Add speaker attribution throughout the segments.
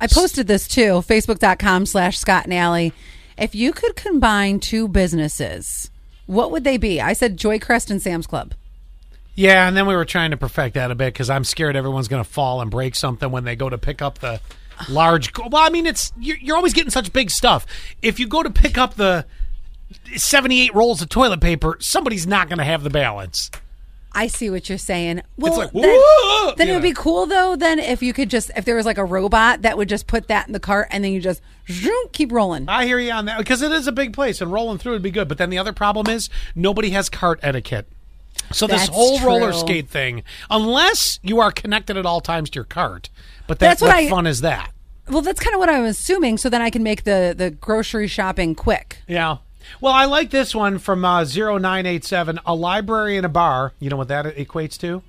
Speaker 1: I posted this too, facebook.com slash Scott and Alley. If you could combine two businesses, what would they be? I said Joycrest and Sam's Club.
Speaker 2: Yeah, and then we were trying to perfect that a bit because I'm scared everyone's going to fall and break something when they go to pick up the large. Well, I mean, it's you're, you're always getting such big stuff. If you go to pick up the 78 rolls of toilet paper, somebody's not going to have the balance.
Speaker 1: I see what you're saying. Well,
Speaker 2: like,
Speaker 1: then,
Speaker 2: "Whoa!"
Speaker 1: then it
Speaker 2: Yeah.
Speaker 1: would be cool though. Then if you could just, if there was like a robot that would just put that in the cart and then you just zoom, keep rolling.
Speaker 2: I hear you on that because it is a big place and rolling through would be good. But then the other problem is nobody has cart etiquette. So this
Speaker 1: That's
Speaker 2: whole roller
Speaker 1: true.
Speaker 2: skate thing, unless you are connected at all times to your cart, but that's,
Speaker 1: That's what
Speaker 2: what
Speaker 1: I-
Speaker 2: fun is that?
Speaker 1: Well, that's kind of what I'm assuming. So then I can make the the grocery shopping quick.
Speaker 2: Yeah. Well, I like this one from uh, 0987, a library and a bar. You know what that equates to?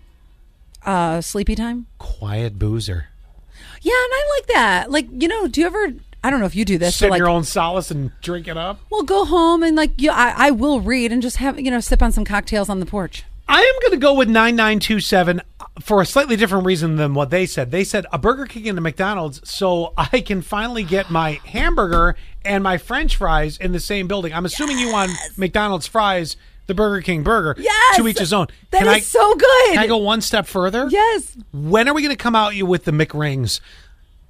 Speaker 1: Uh, sleepy time.
Speaker 2: Quiet boozer.
Speaker 1: Yeah, and I like that. Like you know, do you ever? I don't know if you do this.
Speaker 2: Sit
Speaker 1: but like,
Speaker 2: in your own solace and drink it up.
Speaker 1: Well, go home and like you, I, I will read and just have you know sip on some cocktails on the porch.
Speaker 2: I am going to go with 9927 for a slightly different reason than what they said. They said a Burger King and a McDonald's so I can finally get my hamburger and my french fries in the same building. I'm assuming you want McDonald's fries, the Burger King burger.
Speaker 1: Yes!
Speaker 2: To each his own.
Speaker 1: That
Speaker 2: Can
Speaker 1: is
Speaker 2: I-
Speaker 1: so good.
Speaker 2: Can I go one step further?
Speaker 1: Yes.
Speaker 2: When are we going to come out you with the McRings?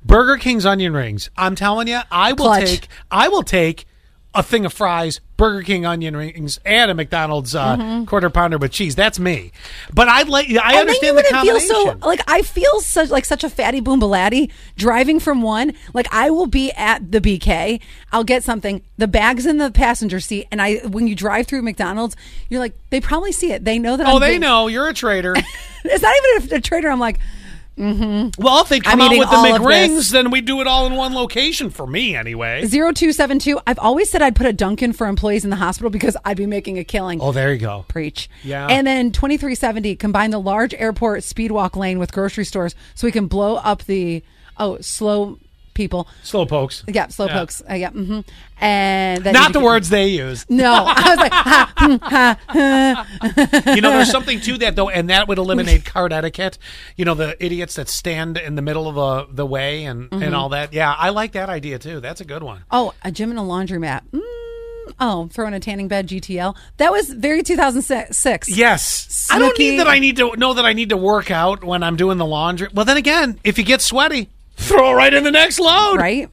Speaker 2: Burger King's onion rings. I'm telling you, I will
Speaker 1: Clutch.
Speaker 2: take I will take a thing of fries, Burger King onion rings, and a McDonald's uh, quarter pounder with cheese. That's me. But I like I
Speaker 1: Mm-hmm. and then you
Speaker 2: understand the
Speaker 1: wouldn't feel
Speaker 2: combination.
Speaker 1: so like I feel such like such a fatty boombalatti driving from one. Like I will be at the BK, I'll get something. The bag's in the passenger seat, and I when you drive through McDonald's, you're like they probably see it. They know that.
Speaker 2: oh,
Speaker 1: I'm
Speaker 2: they
Speaker 1: being-
Speaker 2: know you're a traitor.
Speaker 1: It's not even a, a traitor. I'm like,
Speaker 2: well, if they come out
Speaker 1: eating
Speaker 2: with the
Speaker 1: all of
Speaker 2: McRings,
Speaker 1: this.
Speaker 2: then we do it all in one location for me anyway.
Speaker 1: 0272. I've always said I'd put a Dunkin' for employees in the hospital because I'd be making a killing.
Speaker 2: Oh, there you go.
Speaker 1: Preach.
Speaker 2: Yeah.
Speaker 1: And then 2370, combine the large airport speedwalk lane with grocery stores so we can blow up the, oh, slow people.
Speaker 2: Slow pokes.
Speaker 1: Yeah, slow pokes. Uh, yeah. hmm And then
Speaker 2: Not the words they used.
Speaker 1: No, I was like, ha, hmm, ha.
Speaker 2: you know, there's something to that though, and that would eliminate card etiquette. You know, the idiots that stand in the middle of uh, the the way and and all that. Yeah, I like that idea too. That's a good one.
Speaker 1: oh, a gym and a laundromat. Mm, oh, throw in a tanning bed, GTL. That was very 2006.
Speaker 2: Yes, I don't
Speaker 1: Sneaky.
Speaker 2: need that. I need to know that I need to work out when I'm doing the laundry. Well, then again, if you get sweaty, throw it right in the next load.
Speaker 1: Right?